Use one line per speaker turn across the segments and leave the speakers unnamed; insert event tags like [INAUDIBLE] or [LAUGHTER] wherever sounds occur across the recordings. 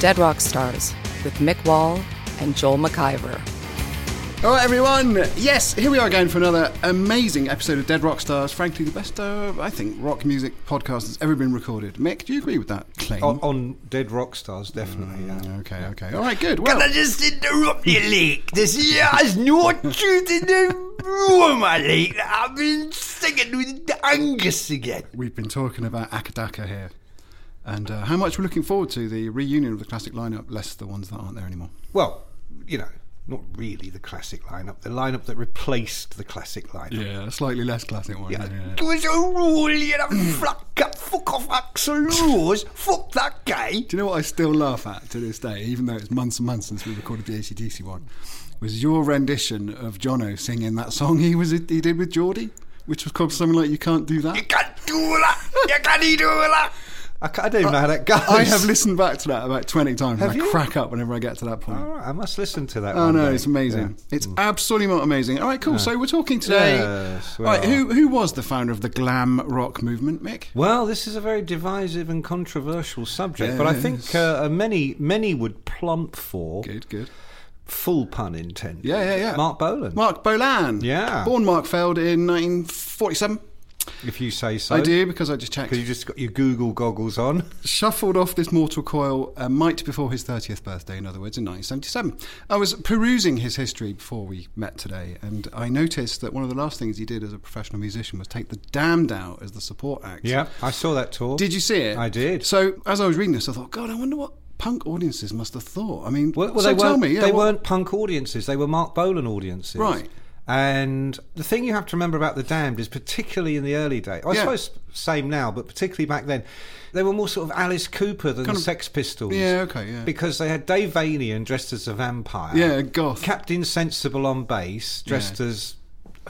Dead Rock Stars with Mick Wall and Joel McIver.
All right, everyone. Yes, here we are again for another amazing episode of Dead Rock Stars. Frankly, the best, uh, I think, rock music podcast that's ever been recorded. Mick, do you agree with that claim?
on, on Dead rock stars, definitely. Yeah.
Okay, okay. All right, good. Well,
Can I just interrupt you, Lake? This is not truth in the room, I like. I've been singing with Angus again.
we've been talking about Akadaka here. And uh, how much we're looking forward to the reunion of the classic lineup, less the ones that aren't there anymore.
Well, you know, not really the classic lineup, the lineup that replaced the classic lineup.
Yeah, slightly less classic ones.
Yeah.
It was a rule, you know, fuck, that- fuck off Axel Rose, fuck that guy.
Do you know what I still laugh at to this day, even though it's months and months since we recorded the ACDC one, was your rendition of Jono singing that song he was he did with Geordie, which was called something like "You Can't Do
You
That."
can't do that, you can't do that.
I, ca- I don't even know how that goes.
I have listened back to that about twenty times.
Have
and I
you?
crack up whenever I get to that point.
All right, I must listen to that.
Oh
one
no,
day.
it's amazing!
Yeah. Mm.
It's absolutely not amazing. All right, cool. So we're talking today.
Yes, we
All right,
are.
who who was the founder of the glam rock movement, Mick?
Well, this is a very divisive and controversial subject, but I think
Yes.
uh, many many would plump for
Good, good.
full pun intended.
Yeah, yeah, yeah.
Mark Bolan.
Mark Bolan.
Yeah.
born Mark Feld in 1947.
if you say so.
I do because I just checked.
Because you just got your Google goggles on.
shuffled off this mortal coil a mite before his 30th birthday, in other words, in 1977. I was perusing his history before we met today, and I noticed that one of the last things he did as a professional musician was take the damned out as the support act.
Yeah, [LAUGHS] I saw that tour.
Did you see it?
I did.
So as I was reading this, I thought, God, I wonder what punk audiences must have thought. I mean,
Well, well,
so
they
tell
weren't,
me. yeah,
they
what-
weren't punk audiences. They were Mark Bolan audiences.
Right.
And the thing you have to remember about the Damned is, particularly in the early days, I
Yeah.
suppose same now, but particularly back then, they were more sort of Alice Cooper than
Kind of-
Sex Pistols.
Yeah, okay, yeah.
Because they had Dave Vanian dressed as a vampire.
Yeah, goth.
Captain Sensible on bass, dressed as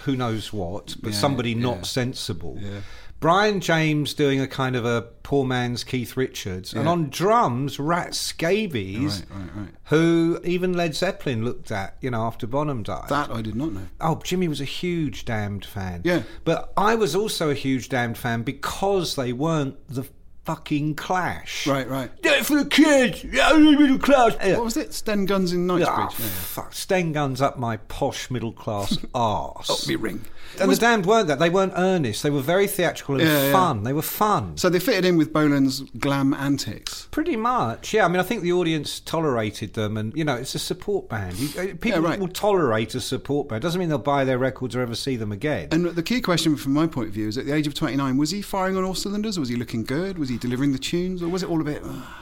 who knows what, but
Yeah,
somebody not
yeah.
sensible.
Yeah.
Brian James doing a kind of a poor man's Keith Richards, and
Yeah.
on drums, Rat Scabies,
Right, right, right.
who even Led Zeppelin looked at, you know, after Bonham died.
That I did not know.
oh, Jimmy was a huge Damned fan.
Yeah.
But I was also a huge Damned fan because they weren't the fucking Clash.
Right, right.
Do it for the kids! Yeah, the middle class!
What was it? Sten Guns in Knightsbridge.
Ah,
Yeah, yeah.
fuck. Sten guns up my posh
[LAUGHS]
middle class arse.
Me ring.
and the Damned weren't that. They weren't earnest. They were very theatrical and
Yeah, yeah.
fun. They were fun.
So they fitted in with Bolan's glam antics.
Pretty much, yeah. I mean, I think the audience tolerated them, and you know, it's a support band. You, uh, people
right.
will tolerate a support band. Doesn't mean they'll buy their records or ever see them again.
And the key question from my point of view is at the age of 29, was he firing on all cylinders? Was he looking good? Was he delivering the tunes? Or was it all a bit. "Ah,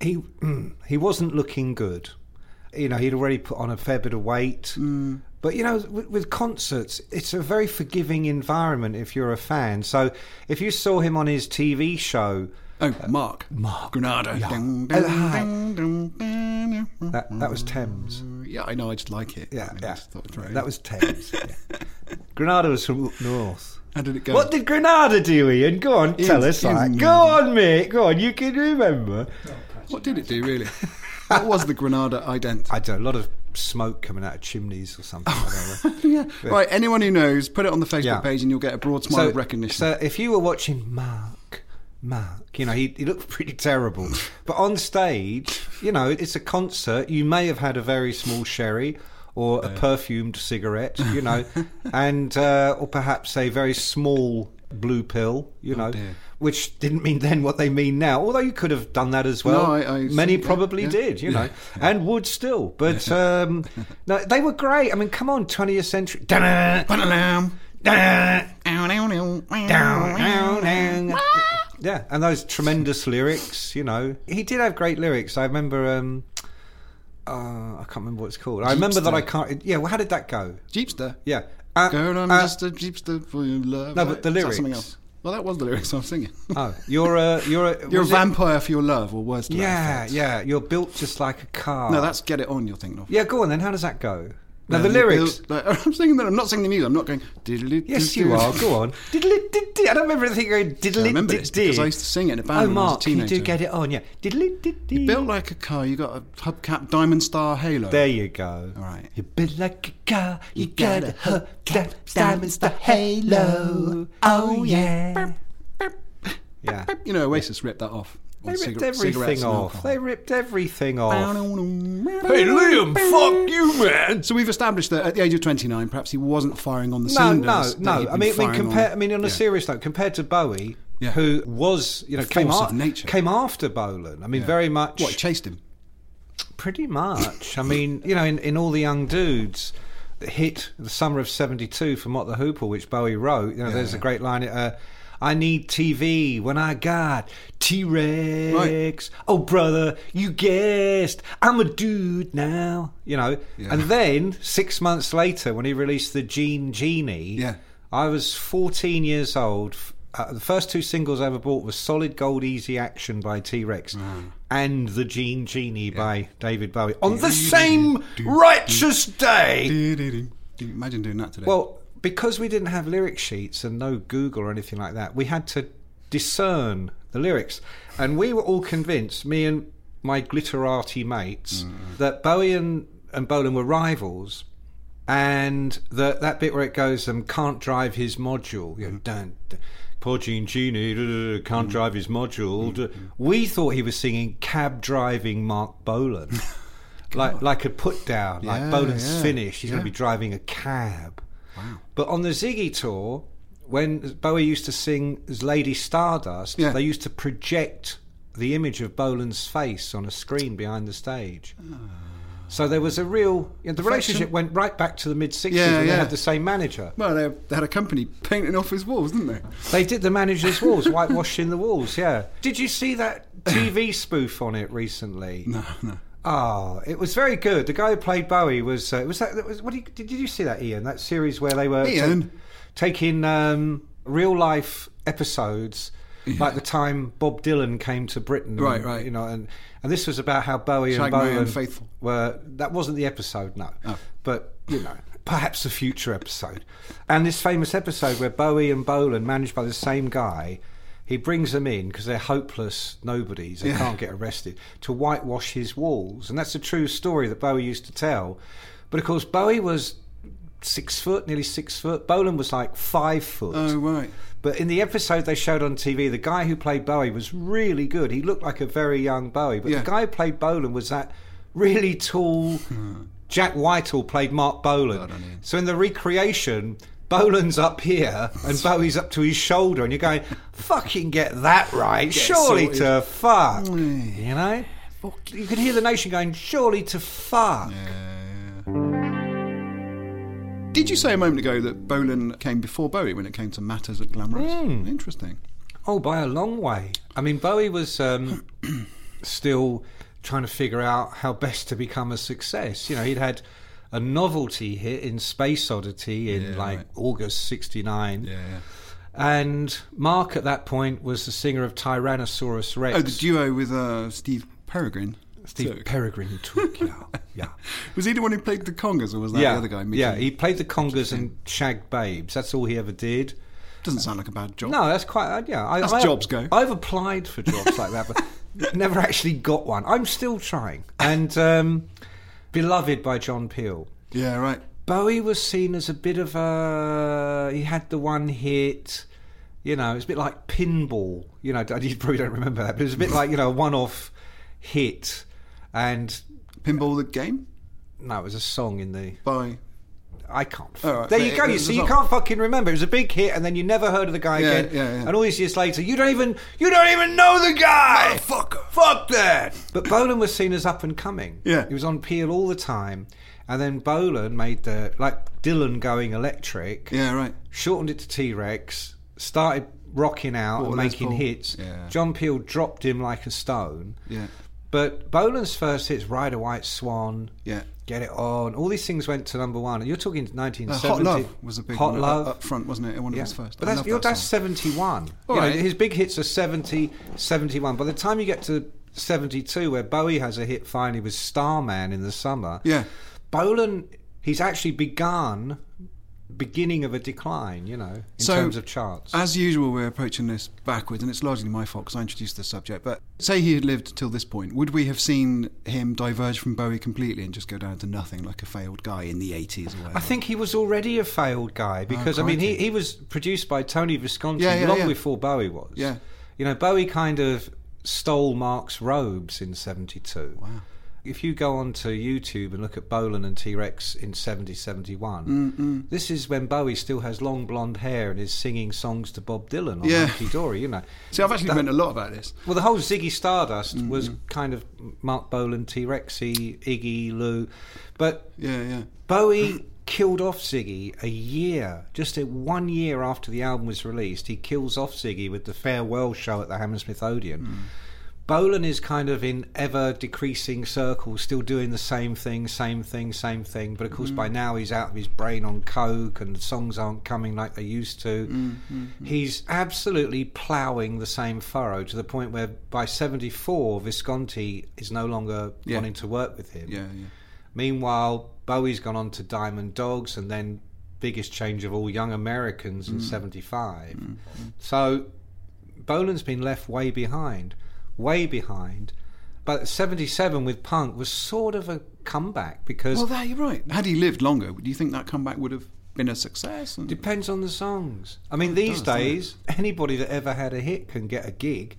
he mm, he wasn't looking good. You know, he'd already put on a fair bit of weight.
Mm.
But you know, with, with concerts, it's a very forgiving environment if you're a fan. So if you saw him on his TV show,
oh, Mark.
Uh,
Mark. Granada. Dun, dun,
Oh, hi.
dun, dun, dun, dun.
that that was Thames.
Yeah, I know, I just like it. Mm.
Yeah,
I mean, I
yeah.
just thought, right.
That was
[LAUGHS]
Thames. yeah. Granada was from up north.
How did it go?
What did Granada do, Ian? Go on, tell
Ian's-
us that.
Ian's
Go on, mate. Go on, you can remember.
What did it do,
[LAUGHS]
really? what was the Granada ident?
I don't know, a lot of smoke coming out of chimneys or something. I don't know.
yeah. Right, anyone who knows, put it on the Facebook
Yeah.
page and you'll get a broad smile
so,
of recognition.
so if you were watching Mark, Mark, you know, he, he looked [LAUGHS] pretty terrible. but on stage, you know, it's a concert. You may have had a very small sherry or a perfumed cigarette, you
[LAUGHS]
know, and uh, or perhaps a very small blue pill, you know,
Oh, dear.
which didn't mean then what they mean now. Although you could have done that as well.
No, I- I
Many
see, yeah,
probably
yeah.
did, you know, and would still. But um, no, they were great. I mean, come on, 20th century. Yeah, and those tremendous lyrics, you know. He did have great lyrics. I remember um uh, I can't remember what it's called. I remember that I can't yeah, well how did that go?
Jeepster.
Yeah. Uh,
Girl, I'm
uh,
just a jeepster for your love.
No, but the
Is that something
lyrics.
else. Well, that was the lyrics I was singing.
Oh, you're a you're a
You're a
was it-
vampire for your love, or words to that
Yeah,
effect.
yeah. You're built just like a car.
No, that's get it on. You're thinking of.
Yeah, go on then. How does that go? Now
Yeah,
the
you
lyrics.
built- like, I'm singing that. I'm not singing the music. I'm not going. diddly
Yes,
doo
you
doo.
are. Go
[LAUGHS]
on. Diddly did did. I don't remember anything going
I
diddly
remember
did
this because I used to sing it in a band
Oh,
when I was a
Mark, you do
teenager.
get it on. Yeah. Diddly did did.
Built like a car. You got a hubcap diamond star halo.
There you go.
All right.
You built like a car, you,
You
got a
gotta
hook, that diamonds, the
the
halo.
halo.
Oh, yeah. Yeah.
You know, Oasis ripped that off.
They
Or
ripped
cigar-
everything
cigarettes and
off.
alcohol.
They ripped everything off.
Hey, Liam, fuck you, man. So we've established that at the age of 29, perhaps he wasn't firing on the
No, no,
cylinders. that he'd
no. I
been
mean, I mean,
firing
compare,
on.
I mean, on a
Yeah.
serious note, compared to Bowie,
Yeah.
who was, you know,
A
came,
force
af-
of nature.
came after Bolan. I mean, very much.
What, he chased him?
Pretty much. I mean, you know, in, in all the young dudes that hit the summer of '72 from What the Hoople, which Bowie wrote. You know, there's a great line. Uh, I need TV when I got T Rex. Oh, brother, you guessed. I'm a dude now. You know, and then six months later, when he released the Gene Genie,
Yeah.
I was 14 years old. F- Uh, the first two singles I ever bought was Solid Gold Easy Action by T Rex and The Gene Genie by David Bowie on the same righteous day.
Do-do-do. Do you Imagine doing that today.
Well, because we didn't have lyric sheets and no Google or anything like that, we had to discern the lyrics. And we were all convinced, me and my glitterati mates, that Bowie and, and Bolan were rivals. And the, that bit where it goes, um, can't drive his module. You know, dun, dun, poor Gene Genie, duh, duh, duh, can't drive his module. duh. We thought he was singing cab driving Mark Bolan. like, like a put down, like
Yeah,
Bolan's
yeah,
finished, he's going
yeah.
to be driving a cab. Wow. But on the Ziggy tour, when Bowie used to sing Lady Stardust,
Yeah.
they used to project the image of Bolan's face on a screen behind the stage.
Ah.
So there was a real you know, the relationship went right back to the mid sixties
Yeah,
when they
yeah.
had the same manager.
Well, they, they had a company painting off his walls, didn't they?
They did the manager's walls, whitewashing the walls. Yeah. Did you see that
[COUGHS]
TV spoof on it recently? No, no. Oh, it was very good. The guy who played Bowie was uh, was that that was what do you, did, did you see that Ian? That series where they were
Ian.
taking um, real life episodes. Like the time Bob Dylan came to Britain,
Right,
and,
right.
You know, and, and this was about how Bowie and
Shagman
Bowie
and Faithful.
were that wasn't the episode, no, but you know, perhaps a future episode. And this famous episode where Bowie and Bolan, managed by the same guy, he brings them in because they're hopeless nobodies, they can't get arrested, to whitewash his walls, and that's a true story that Bowie used to tell. But of course, Bowie was six foot, nearly six foot. Bolan was like five foot.
Oh, right.
But in the episode they showed on TV, the guy who played Bowie was really good. He looked like a very young Bowie. But
Yeah.
the guy who played Bolan was that really tall. Jack Whitehall played Mark Bolan. So in the recreation, Bolan's up here and Bowie's up to his shoulder, and you're going, "Fucking get that right, surely to fuck." You know, you could hear the nation going, "Surely to fuck."
Did you say a moment ago that Bolan came before Bowie when it came to matters at Glamorous?
Hmm.
Interesting.
Oh, by a long way. I mean, Bowie was
[CLEARS THROAT]
um, still trying to figure out how best to become a success. You know, he'd had a novelty hit in Space Oddity in like August '69,
yeah.
and Mark at that point was the singer of Tyrannosaurus Rex.
Oh, the duo with uh, Steve Peregrine.
Steve
So-
Peregrine took yeah,
[LAUGHS]
yeah.
Was he the one who played the congas, or was that the other guy? Mickey?
yeah, he played the congas and shagged babes. That's all he ever did.
doesn't sound like a bad job.
No, that's quite uh, yeah. I,
That's
I-
jobs go.
I've applied for jobs like that, but [LAUGHS] never actually got one. I'm still trying. And um, beloved by John Peel,
Yeah, right.
Bowie was seen as a bit of a. He had the one hit. You know, it's a bit like pinball. You know, you [LAUGHS] probably don't remember that, but it was a bit like you know a one-off hit, and
Pinball the game.
No, it was a song in the.
By
I can't. f-
All right,
there
but
you
it-
go.
it
You
was a
see, you
song.
can't fucking remember. It was a big hit, and then you never heard of the guy
Yeah,
again.
yeah, yeah.
And all these years later, you don't even you don't even know the guy. Fuck, fuck that. But Bolan was seen as up and coming.
Yeah.
he was on Peel all the time, and then Bolan made the like Dylan going electric.
yeah, right.
shortened it to T Rex, started rocking out
What,
and
Les
making
Paul?
hits.
Oh, Yeah.
John Peel dropped him like a stone.
Yeah,
But Bolan's first hits, Ride a White Swan,
yeah.
Get It On, all these things went to number one. And you're talking
Uh,
1970.
Hot Love was a big
Hot
one
Love.
Up, up front, wasn't it? One of his first.
But
I
that's,
love
you're-
that
that's
song.
71. You know,
right.
his big hits are 70, 71. By the time you get to 72, where Bowie has a hit finally with Starman in the summer,
Yeah.
Bolan, he's actually begun beginning of a decline, you know, in
So,
terms of charts.
As usual, we're approaching this backwards, and it's largely my fault because I introduced this subject. But say he had lived till this point, would we have seen him diverge from Bowie completely and just go down to nothing like a failed guy in the 80s or
[LAUGHS]
whatever?
I think he was already a failed guy because I mean he,
Ah, crikey.
he was produced by Tony Visconti
Yeah, yeah,
long
yeah.
before Bowie was.
Yeah.
You know, Bowie kind of stole Mark's robes in 72. Wow. If you go onto YouTube and look at Bolan and T Rex in 70 71, this is when Bowie still has long blonde hair and is singing songs to Bob Dylan on
Yeah.
Hunky Dory, you know.
See, I've actually learned a lot about this.
Well, the whole Ziggy Stardust was kind of Mark Bolan, T Rexy, Iggy, Lou. But
Yeah, yeah.
Bowie killed off Ziggy a year, just a, one year after the album was released. He kills off Ziggy with the farewell show at the Hammersmith Odeon.
Hmm.
Bolan is kind of in ever decreasing circles, still doing the same thing, same thing, same thing. But of course,
Hmm.
by now he's out of his brain on coke, and the songs aren't coming like they used to.
Hmm,
He's absolutely ploughing the same furrow to the point where, by '74, Visconti is no longer
Yeah.
wanting to work with him.
Yeah, yeah.
Meanwhile, Bowie's gone on to Diamond Dogs and then biggest change of all Young Americans
Mm.
in 75. So Bolan's been left way behind, way behind. But 77 with Punk was sort of a comeback because
Well, there you're right. Had he lived longer, do you think that comeback would have been a success? And-
depends on the songs. I mean, these days, anybody that ever had a hit can get a
[LAUGHS]
gig.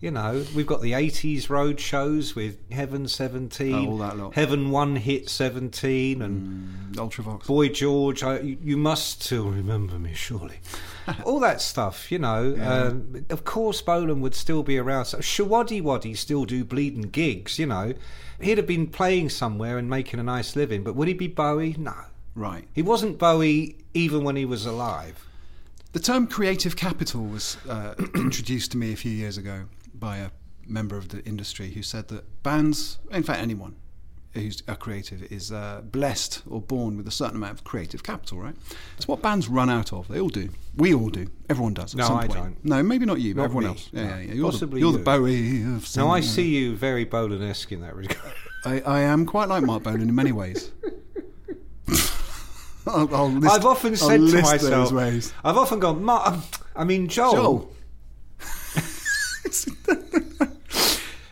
you know, we've got the 80s road shows with Heaven 17,
Oh, all that lot. Mm.
Heaven One Hit 17, and.
Ultravox.
Boy George, I, you you must still remember me, surely. All that stuff, you know. Um, of course, Bolan would still be around. So Shawaddy Waddy still do bleeding gigs, you know. He'd have been playing somewhere and making a nice living, but would he be Bowie? No.
Right.
He wasn't Bowie even when he was alive.
The term creative capital was uh, [CLEARS THROAT] introduced to me a few years ago by a member of the industry who said that bands, in fact, anyone who's a creative, is uh, blessed or born with a certain amount of creative capital, right? It's what bands run out of. They all do. We all do. Everyone does. At
No,
some
I
point.
don't.
No, maybe not you, but
Not
everyone
me.
else. Yeah,
No.
yeah, yeah. You're,
Possibly
the, you're the
you.
Bowie of
Now, I
singing.
see you very Bolan esque in that regard.
I, I am quite like Mark Bolan in many ways. [LAUGHS] I'll, I'll list,
I've often
I'll
said to
list
myself,
those ways.
I've often gone, Mark, I mean, Joel.
Joel.
[LAUGHS]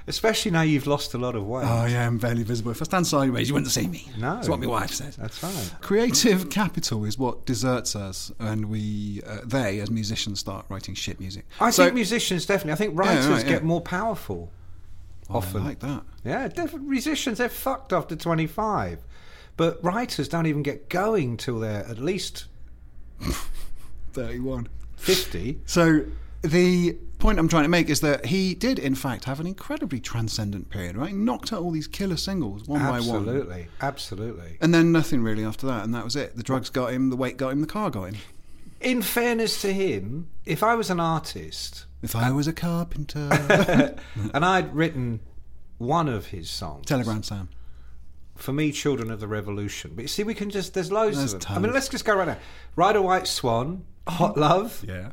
Especially now you've lost a lot of weight.
Oh yeah, I'm barely visible. If I stand sideways, you wouldn't see me.
No.
that's what my wife says.
That's right.
Creative capital is what deserts us, and we, uh, they, as musicians, start writing shit music.
I
So-
think musicians definitely. I think writers
right, yeah.
get more powerful.
Oh,
often.
I like that.
Yeah, def- musicians they're fucked after twenty five, but writers don't even get going till they're at least
Thirty-one. [LAUGHS]
fifty.
So the point I'm trying to make is that he did, in fact, have an incredibly transcendent period. Right, knocked out all these killer singles one by one.
absolutely, absolutely.
And then nothing really after that, and that was it. The drugs got him, the weight got him, the car got him.
In fairness to him, if I was an artist
If I was a carpenter,
[LAUGHS] and I'd written one of his songs,
Telegram Sam.
for me, Children of the Revolution. But you see, we can just there's loads
There's
of them. I
tons. Oh.
mean, let's just go right now. Ride a White Swan, Hot Love,
Yeah.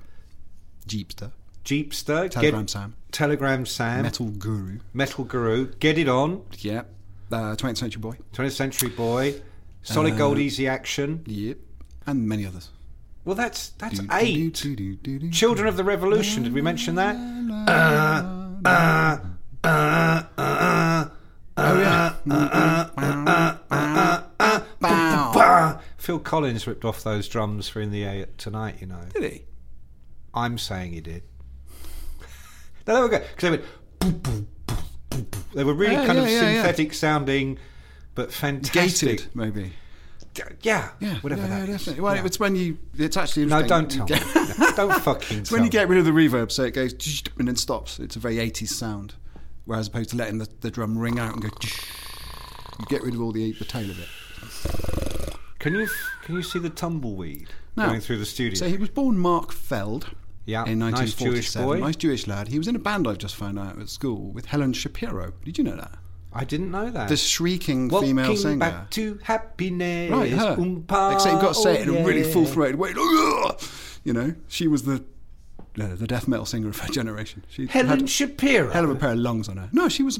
Jeepster.
Jeepster,
Telegram Sam.
Telegram Sam,
Metal Guru.
Metal Guru, Get It On,
Yep. Uh, 20th Century Boy.
20th Century Boy, Solid
Uh,
Gold Easy Action.
Yep. And many others.
Well, that's that's
Do, do,
eight.
do, do, do, do.
Children of the Revolution, did we mention that?
Oh, yeah. Bow.
Phil Collins ripped off those drums for In the Air Tonight, you know.
Did he?
I'm saying he did. [LAUGHS] no, there we go. Because they went. boop, boop, boop, boop, boop. They were really
Yeah,
kind
yeah,
of
yeah, yeah.
synthetic sounding but fantastic.
Gated, maybe.
Yeah,
Yeah,
whatever
yeah,
that
yeah,
is.
definitely. Well,
Yeah.
it's when you. It's actually
No,
interesting.
don't tell
You
me.
[LAUGHS] get-
No, don't fucking
It's when you
tell
get rid of the reverb, so it goes and then stops. It's a very 80s sound, whereas opposed to letting the, the drum ring out and go. You get rid of all the the tail of it.
Can you can you see the tumbleweed
No.
going through the studio?
So he was born Mark Feld.
Yeah,
in
nice
1947.
Jewish boy.
Nice Jewish lad. He was in a band I've just found out at school with Helen Shapiro. Did you know that?
I didn't know that.
The shrieking
Walking
female singer.
back to happiness.
Right, her.
Oompa,
Except you've got to say it in
oh
a really
yeah.
full throated way. [LAUGHS] You know, she was the no, the death metal singer of her generation. She
Helen
had
Shapiro.
hell of a pair of lungs on her. No, she was a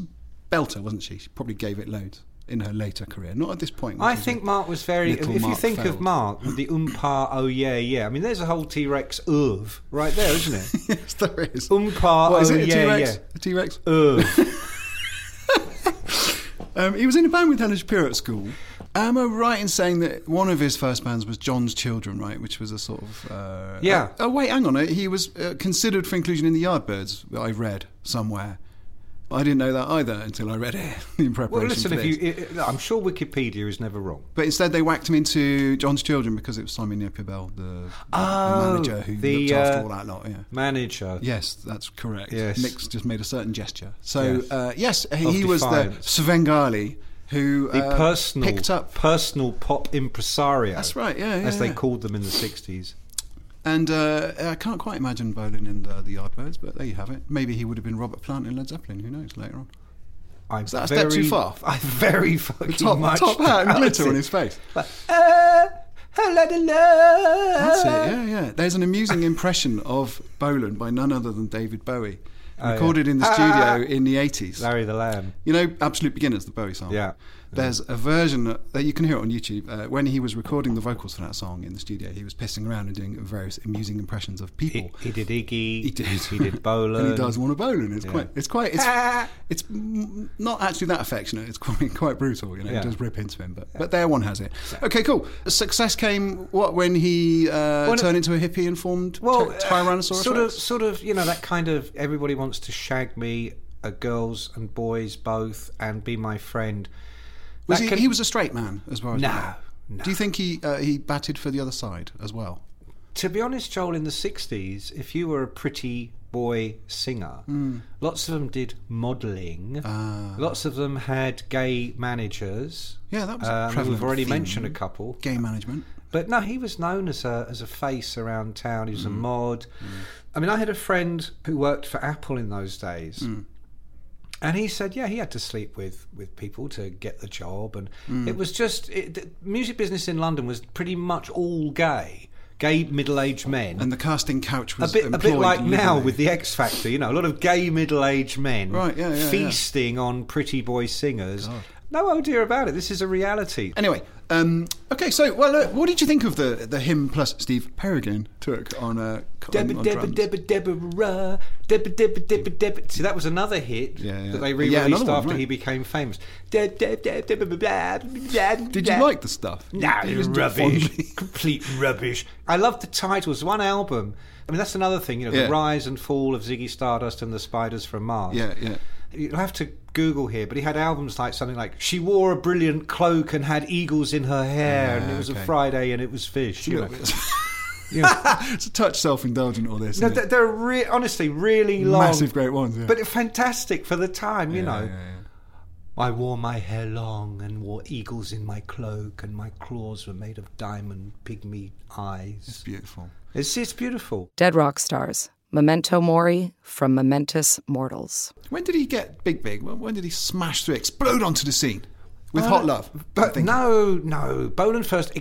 belter, wasn't she? She probably gave it loads in her later career. Not at this point. when
I
she was
think
a
Mark was very. If
little
if you
Mark
think of
Feld.
Mark, the oompa, oh yeah, yeah. I mean, there's a whole T Rex of right there,
[LAUGHS]
isn't it?
[LAUGHS] yes, there is.
Oompa,
What is
oh
it? A
yeah,
T-Rex?
yeah.
A T-Rex?
Of.
Um, he was in a band with Helen Shapiro at school. Am I right in saying that one of his first bands was John's Children, right? Which was a sort of uh,
Yeah.
Oh, wait, hang on. He was uh, considered for inclusion in the Yardbirds. I read somewhere. I didn't know that either until I read it [LAUGHS] in preparation.
Well, listen,
for
if
this.
you, i- i- I'm sure Wikipedia is never wrong.
but instead, they whacked him into John's Children because it was Simon Nippebell, the
Oh,
manager who
the,
looked after
uh,
all that lot. Yeah.
Manager.
Yes, that's correct.
Yes.
Nick's just made a certain gesture. So,
Yes.
yes, uh, yes he was the
defiance.
Svengali who
The
uh,
personal,
picked up
personal pop impresario.
That's right, yeah, yeah,
as they
yeah.
called them in the '60s.
And uh, I can't quite imagine Bolin in the, the Yardbirds, but there you have it. Maybe he would have been Robert Plant in Led Zeppelin. Who knows? Later on,
I'm
Is that a step too
[LAUGHS]
far?
I very fucking
top,
much
top [LAUGHS] hat and
doubt
glitter on
it.
his face.
Uh, hello, hello.
That's it. Yeah, yeah. There's an amusing impression of Bolin by none other than David Bowie,
Oh, yeah.
recorded in the
Ah.
studio in the 80s.
Larry the Lamb.
You know, Absolute Beginners, the Bowie song.
Yeah.
There's a version that you can hear it on YouTube. Uh, when he was recording the vocals for that song in the studio, he was pissing around and doing various amusing impressions of
He,
people.
he did Iggy.
He did.
He did Bolan.
[LAUGHS] and he does want a bowling. It's quite. It's quite.
[LAUGHS]
It's,
Ah.
it's m- not actually that affectionate. It's [LAUGHS] quite quite brutal. You know,
Yeah.
it does rip into him. But but there one has it. Okay, cool. Success came what when he uh,
When-
turned into a hippie and formed
Well, uh,
Ty- Tyrannosaurus.
Sort of,
Rex?
sort of. You know that kind of. Everybody wants to shag me, uh, girls and boys both, and be my friend.
Was
that
he,
can-
he was a straight man as well. As
No,
we know.
no.
Do you think he uh, he batted for the other side as well?
To be honest, Joel, in the '60s, if you were a pretty boy singer,
Hmm.
lots of them did modelling. Lots of them had gay managers.
Ah. Yeah, that was a
Um,
prevalent
We've already
theme.
mentioned a couple.
Game management.
But no, he was known as a as a face around town. He was a
Mm.
mod. I mean, I had a friend who worked for Apple in those days,
Mm.
and he said, yeah, he had to sleep with with people to get the job, and
Mm.
it was just it, the music business in London was pretty much all gay, gay middle aged men.
And the casting couch
a
was
bit, a bit
employed
like now
legally.
with the X Factor, you know, a lot of gay middle-aged men
Right, yeah, yeah, yeah.
feasting on pretty boy singers. No idea about it. This is a reality.
Anyway, um, okay, so well, uh, what did you think of the the him plus Steve Peregrine took on uh, on-
Debba
on
debba
drums?
debba debba debba debba debba debba. See, that was another hit
Yeah, yeah.
that they
Yeah,
re-released
another one,
after
right.
he became famous. Deb, deb, deb, deb, blah, blah, blah,
Did
blah.
you like the stuff?
No,
You- you
it's
listened to it
rubbish.
fondly.
[LAUGHS] Complete rubbish. I love the titles. One album. I mean, that's another thing. You know,
Yeah.
the rise and fall of Ziggy Stardust and the Spiders from
[LAUGHS]
Mars.
yeah, yeah.
You'll have to Google here, but he had albums like something like "She Wore a Brilliant Cloak and Had Eagles in Her Hair," and it was a
Ah, okay.
Friday and it was fish. You know.
[LAUGHS] It's a touch self-indulgent. All this.
No,
isn't
they're,
it?
they're re- honestly really long,
Massive great ones, yeah.
but fantastic for the time. You know,
Yeah, yeah,
I wore my hair long and wore eagles in my cloak, and my claws were made of diamond pygmy eyes.
beautiful.
It's it's beautiful.
Dead Rock Stars, Memento Mori from Momentous Mortals.
When did he get big, big? When, when did he smash through, explode onto the scene with Hot Love? I
Uh, But
think.
no, no, Boland first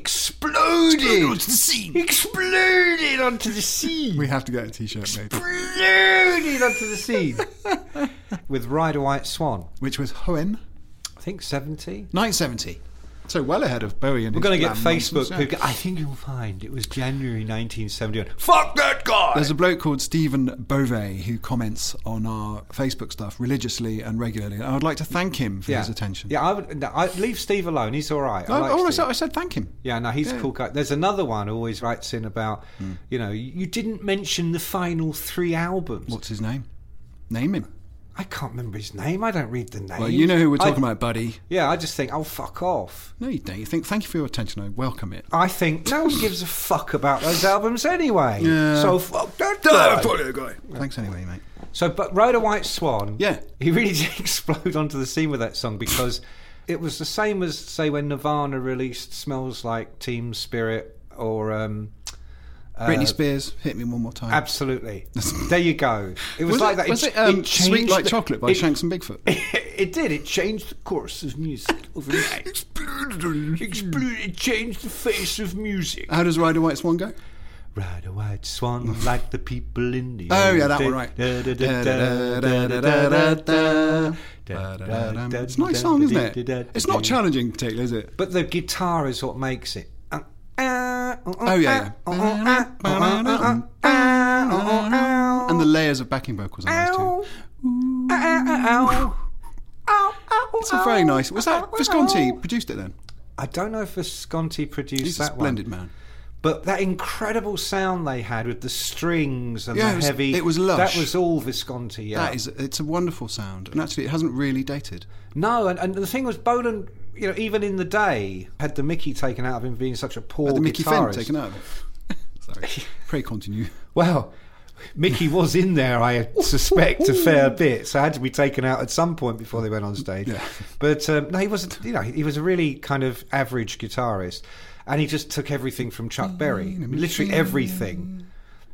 Exploded
exploded.
onto the scene.
Exploded onto the sea.
we have to get a T-shirt made,
exploded onto the sea
[LAUGHS]
with Ride a White Swan.
which was Hoen,
I think 70.
970. So well ahead of Bowie and
We're going to get
nonsense,
Facebook.
yeah.
people- I think you'll find it was January 1971. Fuck that guy!
There's a bloke called Stephen Bove who comments on our Facebook stuff religiously and regularly. And I would like to thank him for his attention.
Yeah, I would no, I, leave Steve alone. He's all right.
I,
I like
oh, I,
Steve.
said, I said thank him.
Yeah, no, he's a cool guy. There's another one who always writes in about,
Hmm.
you know, you didn't mention the final three albums.
What's his name? Name him.
I can't remember his name. I don't read the name.
Well, you know who we're
I-
talking about, buddy.
Yeah, I just think, oh, fuck off.
No, you don't. You think, thank you for your attention. I welcome it.
I think no one gives a fuck about those albums anyway.
Yeah.
So fuck that
Ah,
guy.
fuck that guy. Thanks anyway, mate.
So, but Rhoda White Swan,
Yeah.
he really [LAUGHS] did explode onto the scene with that song because it was the same as say when Nirvana released "Smells Like Team Spirit" or um,
Britney Spears, hit me one more time.
absolutely. there you go. It was,
Was
like
it,
that.
Was
ch-
it, um,
changed
Sweet Like
the-
Chocolate by
it-
Shanks and Bigfoot?
It did. It changed the course of music overnight. Exploded. It changed the face of music.
How does Rider White Swan go?
Ride a white swan like the people in the
Oh,
old
yeah, that
days.
one, right.
Da, da, da, da, da, da, da, da, da. Da, da, da, da,
It's a nice song, isn't
da,
it?
da, da,
It's not
da.
challenging, particularly, is it?
But the guitar is what makes it. Oh
Oh,
yeah.
yeah, yeah. And the layers of backing vocals on those two.
Ah,
It's a very nice. Was that Visconti produced it then?
I don't know if Visconti produced
He's a
that
splendid
one,
man.
but that incredible sound they had with the strings and
Yeah,
the
it was-
heavy.
it was lush.
That was all Visconti. Yeah.
That is, it's a wonderful sound, and actually, it hasn't really dated.
No, and, and the thing was, Bolan, you know, even in the day, had the Mickey taken out of him being such a poor
Had the Mickey Finn
guitarist.
taken
[LAUGHS]
over. Sorry, pray continue.
Well, Mickey was in there, I suspect, a fair bit, so had to be taken out at some point before they went on stage.
Yeah.
But um, no, he wasn't. You know, he was a really kind of average guitarist, and he just took everything from Chuck Berry, literally everything.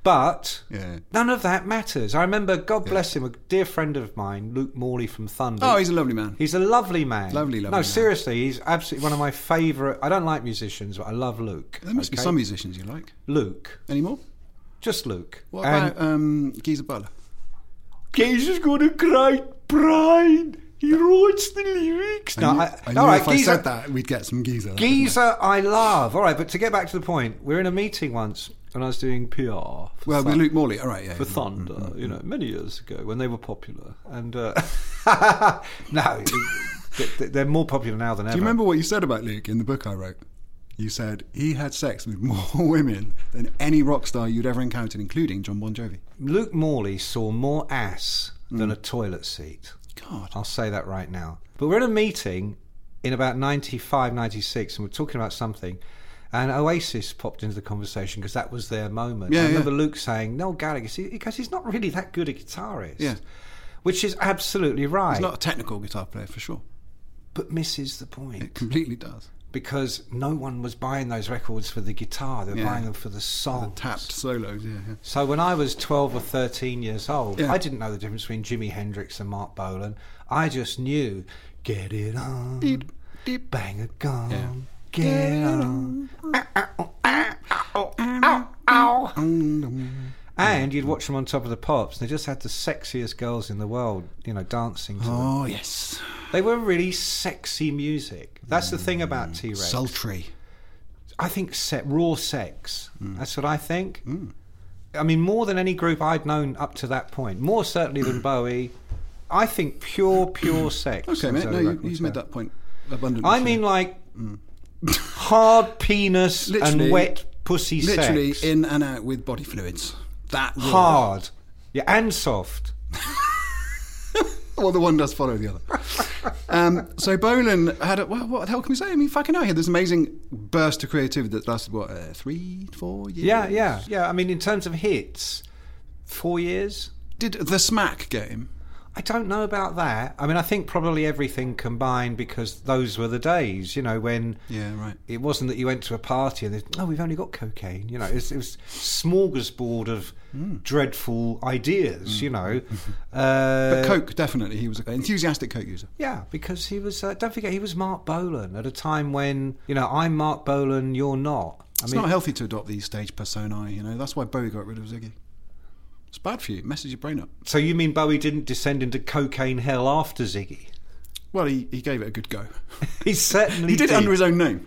But
Yeah.
none of that matters. I remember, God bless him, a dear friend of mine, Luke Morley from Thunder.
Oh, he's a lovely man.
He's a lovely man.
Lovely, lovely
No,
man.
seriously, he's absolutely one of my favourite. I don't like musicians, but I love Luke.
There must be
okay?
some musicians you like
Luke,
anymore.
just Luke.
What
And-
about um, Geezer Butler?
Geezer's gonna cry pride. He writes the lyrics. No,
knew-
I,
I
all
knew
right,
if
Geezer,
I said that, we'd get some Geezer.
Geezer, I love. All right, but to get back to the point, we were in a meeting once, and I was doing PR. For
Well, mm-hmm, with
Thun-
Luke Morley. All right, yeah.
for
yeah.
Thunder, you know, many years ago when they were popular, and uh, [LAUGHS] no, th- th- they're more popular now than ever.
Do you remember what you said about Luke in the book I wrote? You said he had sex with [LAUGHS] more women than any rock star you'd ever encountered, including John Bon Jovi.
Luke Morley saw more ass
Mm.
than a toilet seat.
God.
I'll say that right now. But we're in a meeting in about 95, 96, and we're talking about something. And Oasis popped into the conversation because that was their moment.
Yeah,
I
yeah.
remember Luke saying, Noel Gallagher, see, because he's not really that good a guitarist.
Yeah.
Which is absolutely right.
He's not a technical guitar player for sure.
but misses the
It
point
completely does.
because no one was buying those records for the guitar, they were
Yeah.
buying them for the songs.
Tapped solos, yeah. yeah.
So when I was 12 or 13 years old,
Yeah.
I didn't know the difference between Jimi Hendrix and Mark Bolan. I just knew, get it on,
Deep, deep.
bang a gong,
Yeah.
get, it on. And you'd watch them on Top of the Pops, and they just had the sexiest girls in the world, you know, dancing
[GASPS]
to them.
Oh, yes.
They were really sexy music. That's the thing about T-Rex.
Mm. Sultry.
I think se- raw sex.
Mm.
That's what I think. I mean, more than any group I'd known up to that point, more
[CLEARS THROAT]
certainly than Bowie. I think pure, pure sex.
Okay,
on
mate.
Zulu
No, you,
records,
you've
yeah.
made that point abundantly.
I mean, like hard penis and
Literally-
wet pussy
literally
sex.
in and out with body fluids. That raw.
hard, yeah, and soft.
Well, the one does follow the other.
[LAUGHS]
Um, so Bolan had a, well, what the hell can we say? I mean, fucking hell, he had this amazing burst of creativity that lasted, what, uh, three, four years?
Yeah, yeah, yeah. I mean, in terms of hits, four years.
Did the smack game?
I don't know about that. I mean, I think probably everything combined because those were the days, you know, when
Yeah, right.
it wasn't that you went to a party and they, oh we've only got cocaine you know it was, it was smorgasbord of
Hmm.
dreadful ideas
[LAUGHS]
you know uh,
But Coke, definitely. He was an enthusiastic Coke user.
yeah because he was uh, don't forget he was mark bolan at a time when you know i'm mark bolan you're not i
It's
mean
not healthy to adopt these stage personae, you know. That's why Bowie got rid of Ziggy. It's bad for you. It messes your brain up.
so you mean bowie didn't descend into cocaine hell after ziggy
Well, he, he gave it a good go.
he
[LAUGHS]
certainly
He did it under his own name.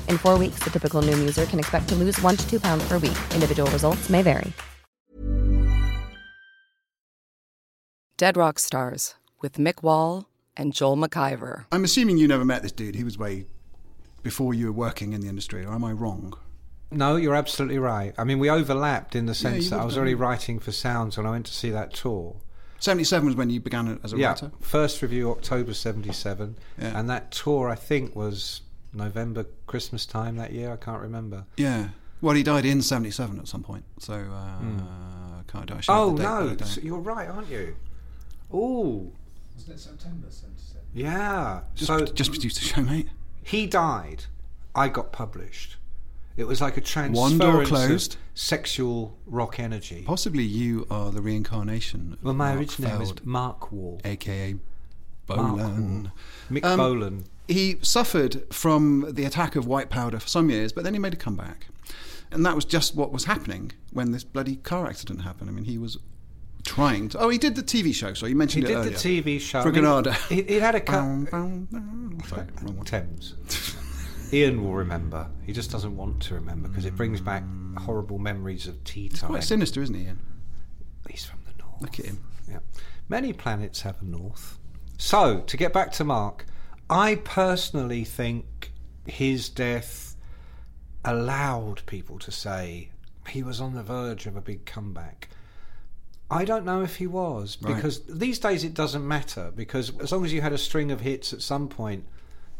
In four weeks, the typical Noom user can expect to lose one to two pounds per week. Individual results may vary.
Dead Rock Stars with Mick Wall and Joel McIver.
I'm assuming you never met this dude. He was way before you were working in the industry, or am I wrong?
No, you're absolutely right. I mean, we overlapped in the sense
you
that I
would've
was
done.
already writing for Sounds when I went to see that tour.
77 was when you began as a
yeah,
writer.
first review October '77,
Yeah.
and that tour I think was November Christmas time that year. I can't remember.
Yeah. Well, he died in 77 at some point, so uh, can't do I should have
Hmm. Oh
the date, but I
no,
don't.
so you're right, aren't you? Oh, wasn't it September '77? Yeah. so
just produced a show, mate.
he died. I got published. It was like a transference
One door
of
closed.
sexual rock energy.
Possibly you are the reincarnation of
well, my
Mark
original name was
Feld,
Mark Wall,
aka
Mark
Bolan.
Wall. Mick
Um,
Bolan.
He suffered from the attack of white powder for some years, but then he made a comeback. And that was just what was happening when this bloody car accident happened. I mean, he was trying to. Oh, he did the TV show, so you
He
mentioned it
did the
earlier.
TV show.
For
I mean,
Granada.
He, he had a cut. [LAUGHS]
Sorry, wrong one.
Thames. Ian will remember. He just doesn't want to remember because it brings back horrible memories of tea time.
Quite sinister, isn't he, Ian?
He's from the north.
Look at him.
Yeah. Many planets have a north. So, to get back to Mark, I personally think his death allowed people to say he was on the verge of a big comeback. I don't know if he was
Right.
because these days it doesn't matter because as long as you had a string of hits at some point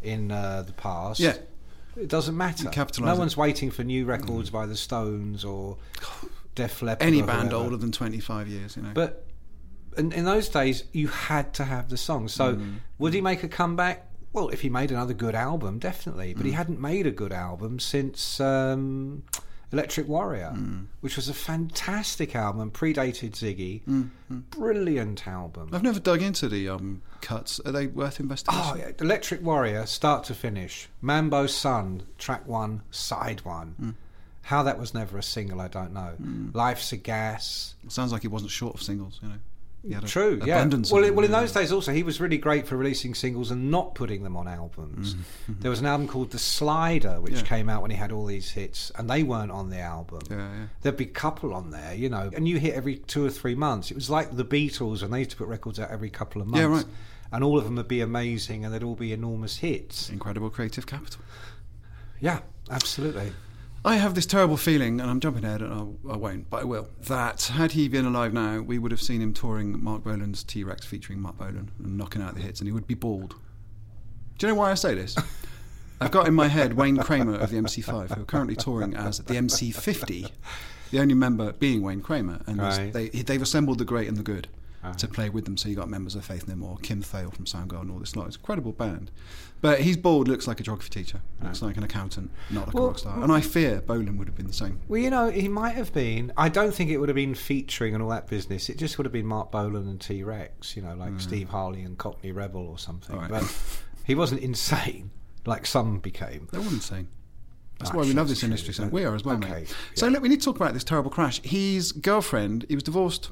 in uh, the past,
Yeah.
it doesn't matter.
capitalise
No
it. Mm.
one's waiting for new records by the Stones or Def Leppard.
Any
or
band
whoever.
older than 25 years, you know.
But in, in those days, you had to have the song. So would he make a comeback? Well, if he made another good album, definitely. But he hadn't made a good album since um, Electric Warrior, which was a fantastic album and predated Ziggy. Brilliant album.
I've never dug into the um, cuts. Are they worth investigation?
Oh, yeah. Electric Warrior, start to finish. Mambo Sun, track one, side one. How that was never a single, I don't know. Life's a Gas.
Sounds like he wasn't short of singles, you know. He had a-
True. Yeah.
abundance
well,
of
it-
them,
well, in
yeah.
those days also, he was really great for releasing singles and not putting them on albums. There was an album called The Slider, which
Mm-hmm. Yeah.
came out when he had all these hits, and they weren't on the album.
Yeah, yeah.
There'd be a couple on there, you know, and you hit every two or three months. It was like the Beatles, and they used to put records out every couple of months.
Yeah, right.
And all of them would be amazing, and they'd all be enormous hits.
Incredible creative capital.
Yeah, absolutely.
I have this terrible feeling, and I'm jumping ahead, and I'll, I won't, but I will, that had he been alive now, we would have seen him touring Mark Bolan's T Rex featuring Mark Bolan and knocking out the hits, and he would be bald. Do you know why I say this? I've got in my head Wayne Kramer of the MC5, who are currently touring as the MC50, the only member being Wayne Kramer, and he's-
Right.
they, they've assembled the great and the good. To play with them, so you got members of Faith No More, Kim Thale from Soundgarden, all this lot. It's an incredible band, but he's bald, looks like a geography teacher, looks like an accountant, not like
Well,
a rock star. And I fear Bolan would have been the same.
Well, you know, he might have been. I don't think it would have been featuring and all that business. It just would have been Mark Bolan and T Rex, you know, like Steve Harley and Cockney Rebel or something.
All Hmm. right.
But he wasn't insane like some became.
They were insane.
Ah,
That's why we love this industry so we are as well,
Okay,
mate. So look, we need to talk about this terrible crash. His girlfriend, he was divorced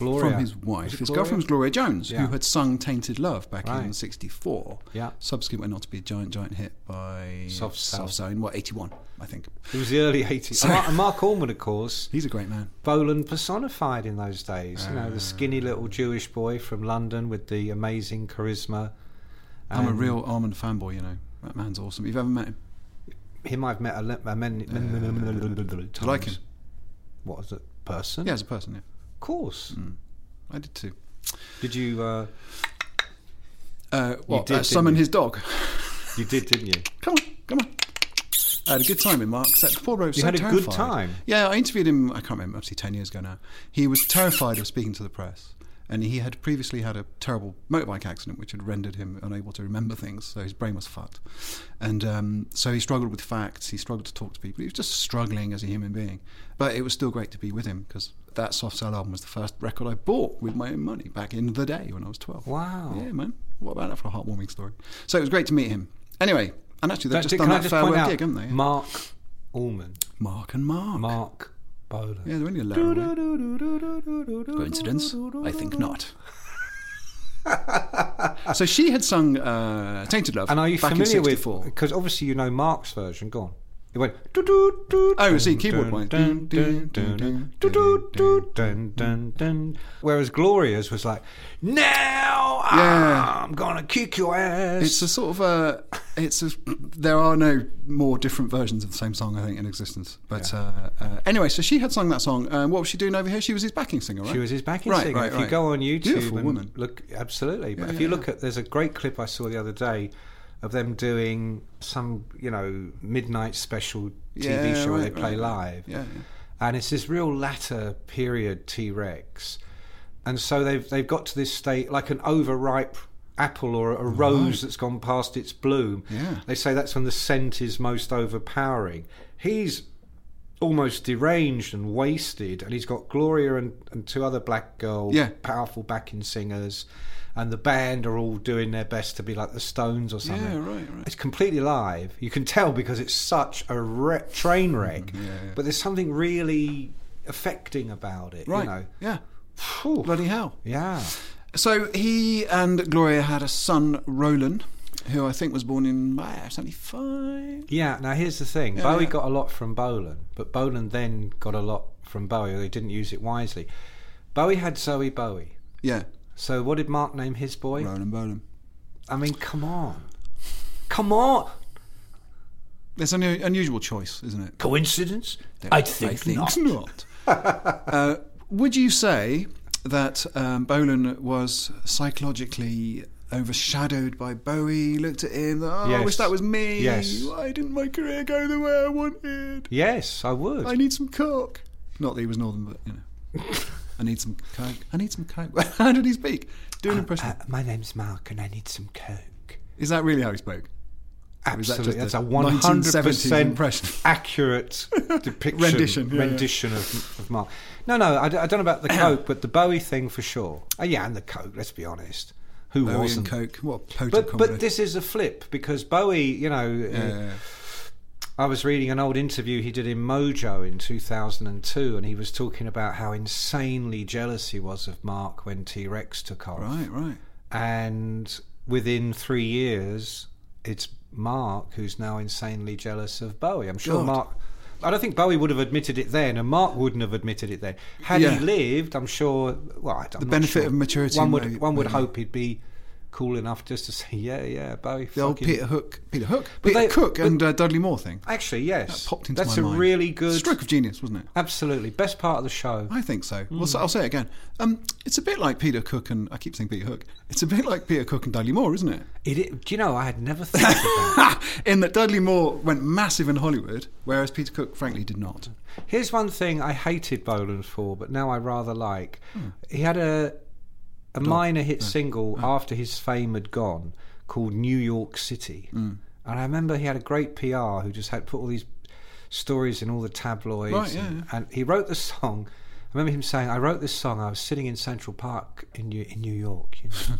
Gloria.
from his wife.
Was it
His
Gloria?
girlfriend was Gloria Jones,
Yeah.
who had sung "Tainted Love" back in
Right.
'64.
Yeah.
subsequently went on to be a giant, giant hit by
Soft Cell.
Zone. What '81, I think.
It was the early 80s.
So-
And Mark- and Mark Allman, of course,
He's a great man.
Boland personified in those days. You know,
Ah.
the skinny little Jewish boy from London with the amazing charisma.
I'm a
And
real Armand fanboy, you know. That man's awesome. You've ever met him?
Him I've met a, le- a many, times.
Uh, you like him?
What was it? Person?
Yeah, Hmm. as a person, yeah.
Of course.
I did too.
Did you? Uh,
Uh, what,
did,
uh, summon
didn't you?
his dog.
you did, didn't
[LAUGHS]
you?
Come on, come on. I had a good time in Mark, except poor Rose.
You
so
had a good
terrified.
time?
Yeah, I interviewed him, I can't remember, obviously 10 years ago now. He was terrified of speaking to the press. And he had previously had a terrible motorbike accident, which had rendered him unable to remember things. So his brain was fucked. And um, so he struggled with facts. He struggled to talk to people. He was just struggling as a human being. But it was still great to be with him because that Soft Cell album was the first record I bought with my own money back in the day when I was 12.
Wow.
Yeah, man. What about that for a heartwarming story? So it was great to meet him. Anyway, and actually, they've
Don't-
just
can
done
I
that
just
farewell
point out
gig, haven't they?
Mark Allman,
Mark and Mark.
Mark Boland.
Yeah, they're only a letter away. Coincidence? I think not. so she had sung uh, "Tainted Love."
And are you
back
familiar
in
with?
64.
Because obviously you know Mark's version. Go on. It went. doo doo doo
Oh,
dun,
see, keyboard
dun,
wise.
dun, dun, dun, dun, doo doo doo dun, dun, dun. Whereas Gloria's was like, now
Yeah.
I'm gonna kick your
It's
ass.
a sort of a. It's a. There are no more different versions of the same song, I think, in existence. But uh, uh, anyway, so she had sung that song. Um, what was she doing over here? She was his backing singer, right?
She was his backing
right,
singer.
Right,
if
right.
you go on YouTube
beautiful
and
woman.
look, absolutely. But if you look at, there's a great clip I saw the other day of them doing some, you know, midnight special TV
Yeah,
show they
right,
play
right, right.
live.
Yeah, yeah.
and it's this real latter period T Rex, and so they've they've got to this state like an overripe apple or a rose that's gone past its bloom.
Yeah.
They say that's when the scent is most overpowering. He's almost deranged and wasted, and he's got Gloria and, and two other black girl
Yeah.
powerful backing singers, and the band are all doing their best to be like the Stones or something.
Yeah, right, right.
It's completely live. You can tell because it's such a re- train wreck. But there's something really affecting about it.
Right.
You know.
Yeah.
Phew.
Bloody hell.
Yeah.
So he and Gloria had a son, Roland, who I think was born in uh, 75.
Yeah. Now here's the thing. Bowie
yeah.
got a lot from Bolan, but Bolan then got a lot from Bowie. They didn't use it wisely. Bowie had Zoe Bowie.
Yeah.
So what did Mark name his boy?
Roland Bolan.
I mean, come on. Come on.
It's an u- unusual choice, isn't it?
Coincidence? I think,
[LAUGHS]
not.
uh, would you say that um, Bolan was psychologically overshadowed by Bowie? Looked at him, oh, I
Yes.
wish that was me.
Yes.
Why didn't my career go the way I wanted?
Yes, I would.
I need some coke. Not that he was northern, but you
[LAUGHS]
know. I need some coke. I need some coke. [LAUGHS] how did he speak? Do an impression.
Uh, my name's Mark, and I need some coke.
Is that really how he spoke? Or is that
Absolutely,
just
that's
a
a one hundred
1970s
percent
impression? [LAUGHS]
accurate depiction,
Rendition, yeah, yeah.
rendition Of, of Mark. No, no, I, d- I don't know about the coke, but the Bowie thing for sure. Oh, yeah, and the coke. Let's be honest, who
Bowie
wasn't?
and coke. What a potent
But
combo.
but this is a flip because Bowie, you know, uh,
Yeah.
I was reading an old interview he did in Mojo in 2002, and he was talking about how insanely jealous he was of Mark when T Rex took off
Right, right.
and within three years, it's Mark who's now insanely jealous of Bowie. I'm sure
God.
Mark. I don't think Bowie would have admitted it then, and Mark wouldn't have admitted it then. Had
Yeah.
he lived, I'm sure. Well, I don't, the
benefit of maturity
One would
may-
one would
may-
hope he'd be cool enough just to say, yeah, yeah, Bowie.
The old
fucking-
Peter Hook, Peter Hook, Peter
they-
Cook,
but-
and uh, Dudley Moore thing.
Actually, yes,
That popped into
that's
my
a
mind.
really good,
stroke of genius, wasn't it?
absolutely best part of the show.
I think so. Well,
Hmm.
so I'll say it again. Um, it's a bit like Peter Cook and I keep saying Peter Hook. It's a bit like Peter Cook and Dudley Moore, isn't it?
It, it, do you know? I had never thought of that.
In that Dudley Moore went massive in Hollywood, whereas Peter Cook, frankly, did not.
Here's one thing I hated Boland for, but now I rather like.
Hmm.
He had a a minor hit single after his fame had gone called New York City,
Hmm.
and I remember he had a great PR who just had put all these stories in all the tabloids,
Right, yeah,
and,
yeah.
and he wrote the
[LAUGHS]
song. I remember him saying, "I wrote this song. I was sitting in Central Park in New, in New York." You know,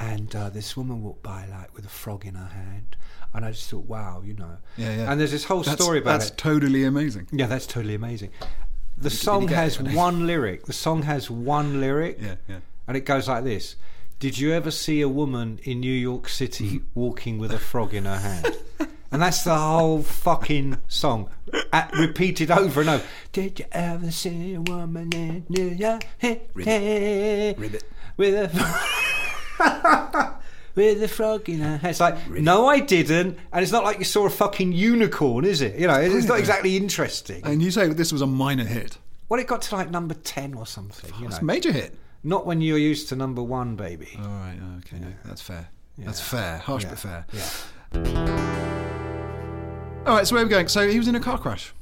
And uh, this woman walked by, like with a frog in her hand, and I just thought, wow, you know.
Yeah, yeah.
And there's this whole
That's-
story about
That's
it.
totally amazing.
Yeah, that's totally amazing. The
you
song
get
has
it, [LAUGHS] I know.
one lyric. The song has one lyric.
Yeah, yeah.
And it goes like this Did you ever see a woman in New
[LAUGHS]
York City walking with a frog in her hand? And that's the whole fucking song, at, repeated over and over. Did you ever see a woman in New York City with a [LAUGHS] with a frog in her hand. It's like, no, I didn't. And it's not like you saw a fucking unicorn, is it? You know, it's not exactly interesting.
And you say this was a minor hit.
well, it got to like number 10 or something. You
It's
know.
a major hit.
Not when you're used to number one, baby.
All right. oh, Okay. No, that's fair. That's fair. Harsh but fair.
Yeah.
All right. So where are we going? So he was in a car crash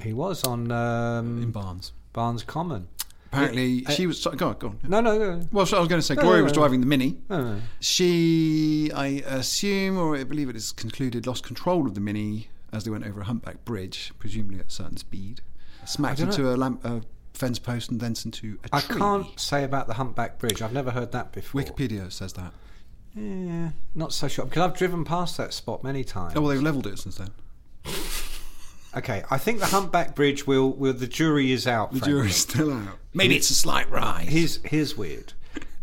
He was on um,
in Barnes.
Barnes Common.
Apparently, she was. Go on. Go on.
No, no, no.
Well, so I was going to say Gloria was driving the Mini. She, I assume, or I believe it is concluded, lost control of the Mini as they went over a humpback bridge, presumably at a certain speed, smacked into a lamp, a fence post, and thence into a
I
tree.
can't say about the Humpback Bridge. I've never heard that before.
Wikipedia says that.
Yeah, not so sure. Because I've driven past that spot many times.
Oh well, they've levelled it since then.
Okay, I think the Humpback Bridge will, will the jury is out.
The
frankly.
jury's still out. Maybe it's a slight rise.
Here's here's weird.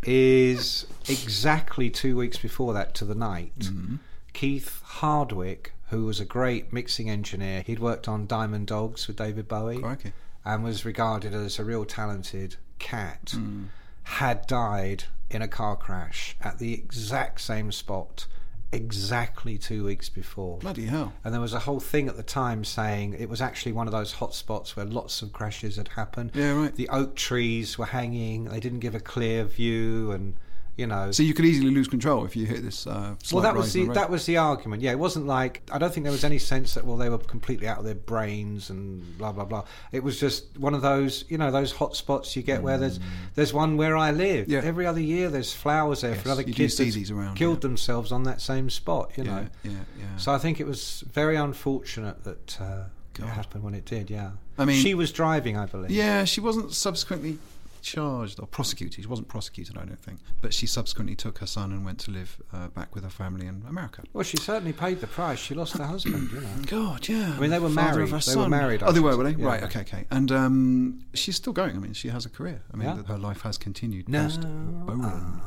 Is exactly two weeks before that to the night,
Mm-hmm.
Keith Hardwick, who was a great mixing engineer, he'd worked on Diamond Dogs with David Bowie,
Crikey.
and was regarded as a real talented cat,
Mm.
had died in a car crash at the exact same spot, exactly two weeks before.
Bloody hell.
And there was a whole thing at the time saying it was actually one of those hot spots where lots of crashes had happened.
Yeah, right.
The oak trees were hanging, they didn't give a clear view, and you know.
So you could easily lose control if you hit this uh,
well,
slight
that
rise
was
in
the
road.
that was the argument. Yeah, it wasn't like I don't think there was any sense that well they were completely out of their brains and blah blah blah. It was just one of those you know those hot spots you get where there's there's one where I live.
Mm. Yeah.
Every other year there's flowers there for another
you
kid
do see
that's
these around,
killed
yeah.
themselves on that same spot. You
Yeah,
know.
yeah, yeah.
So I think it was very unfortunate that uh, it happened when it did. Yeah.
I mean-
she was driving, I believe.
Yeah, she wasn't subsequently charged or prosecuted. She wasn't prosecuted, I don't think. But she subsequently took her son and went to live uh, back with her family in America.
Well, she certainly paid the price. She lost her husband. You know.
God, yeah. I
mean, they were married. They were married, I
Oh, they were,
think.
were they?
Yeah.
Right. Okay. Okay. And um, she's still going. I mean, she has a career. I mean,
Yeah.
that her life has continued.
No,
post Bolan.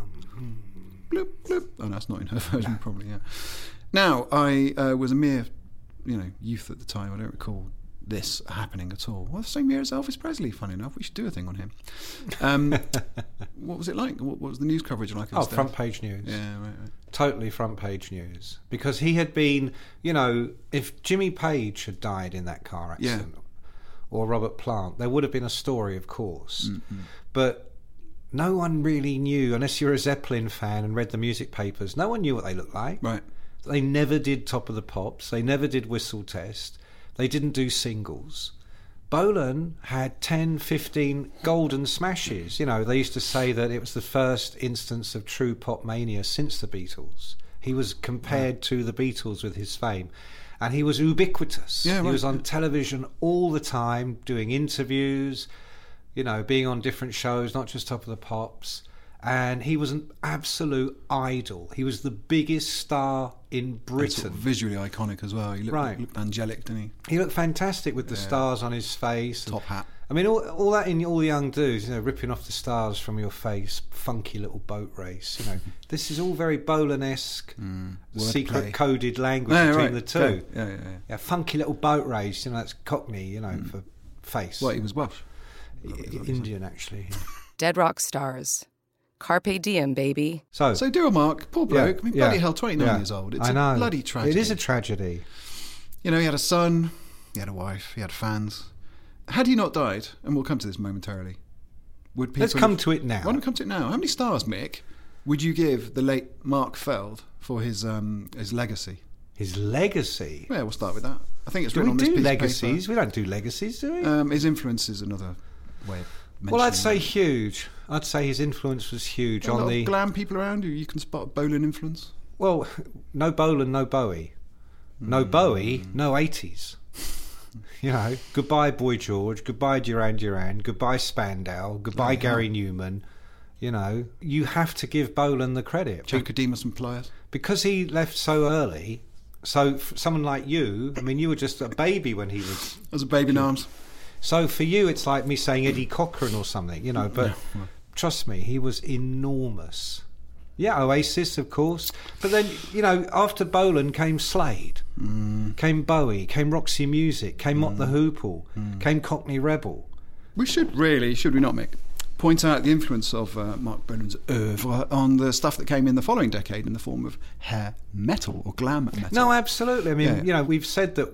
bloop bloop. Oh, that's not in her [LAUGHS] version, probably. Yeah. Now, I uh, was a mere, you know, youth at the time. I don't recall this happening at all. Well, the same year as Elvis Presley. Funny enough, we should do a thing on him.
[LAUGHS]
Um, what was it like? What, what was the news coverage like?
Oh,
instead?
front page news.
Yeah, right, right.
totally front page news because he had been, you know, if Jimmy Page had died in that car
Yeah.
accident or Robert Plant, there would have been a story, of course.
Mm-hmm.
But no one really knew, unless you're a Zeppelin fan and read the music papers, no one knew what they looked like.
Right.
They never did Top of the Pops, they never did Whistle Test, they didn't do singles. Bolan had 10, 15 golden smashes. You know, they used to say that it was the first instance of true pop mania since the Beatles. He was compared to the Beatles with his fame. And he was ubiquitous.
Yeah,
he
right.
was on television all the time, doing interviews, you know, being on different shows, not just Top of the Pops. And he was an absolute idol. He was the biggest star in
And sort of
Britain.
visually iconic as well. He looked,
Right.
looked angelic, didn't he?
He looked fantastic with the stars on his face.
Top hat.
I mean, all, all that in all the young dudes, you know, ripping off the stars from your face, funky little boat
[LAUGHS]
race. You know, this is all very Bolan-esque,
Hmm. wordplay.
secret coded language
Yeah,
between
Ah, right.
the two.
Yeah, yeah, yeah, yeah.
Yeah, funky little boat race. You know, that's Cockney. You know,
Hmm.
for face.
Well, he was Welsh. [LAUGHS]
Indian actually.
Dead Rock Stars. Carpe diem, baby.
So,
So do a Mark, poor bloke. I mean, bloody
yeah,
hell, 29
yeah.
years old. It's
I know.
a bloody tragedy.
It is a tragedy.
You know, he had a son, he had a wife, he had fans. Had he not died, and we'll come to this momentarily, would people
Let's
have-
come to it now.
Why don't we come to it now? How many stars, Mick, would you give the late Mark Feld for his um, his legacy?
His legacy.
Yeah, we'll start with that. I think it's
Do
written on
we
this
do
piece
legacies?
Of
We don't do legacies, do we?
paper. Um, his influence is another way of mentioning.
well, I'd say
that.
huge. I'd say his influence was huge
a lot
on
of
the.
glam people around you. You can spot Bolin influence.
Well, no Bolan, no Bowie.
Hmm.
No Bowie,
[LAUGHS]
no 80s. You know, goodbye, Boy George. Goodbye, Duran Duran. Goodbye, Spandau. Goodbye, Gary Newman. You know, you have to give Bolan the credit Be-
Jacodimus and Pliers.
because he left so early. So f- someone like you, I mean, you were just a baby when he was.
As a baby in arms.
So for you, it's like me saying Eddie Cochran or something, you know. But trust me, he was enormous. Yeah, Oasis, of course. But then, you know, after Bolan came Slade, came Bowie, came Roxy Music, came Mott the Hoople, came Cockney Rebel.
We should really, should we not, Mick, point out the influence of uh, Mark Brennan's oeuvre on the stuff that came in the following decade in the form of hair metal or glam metal.
No, absolutely. I mean,
Yeah, yeah.
you know, we've said that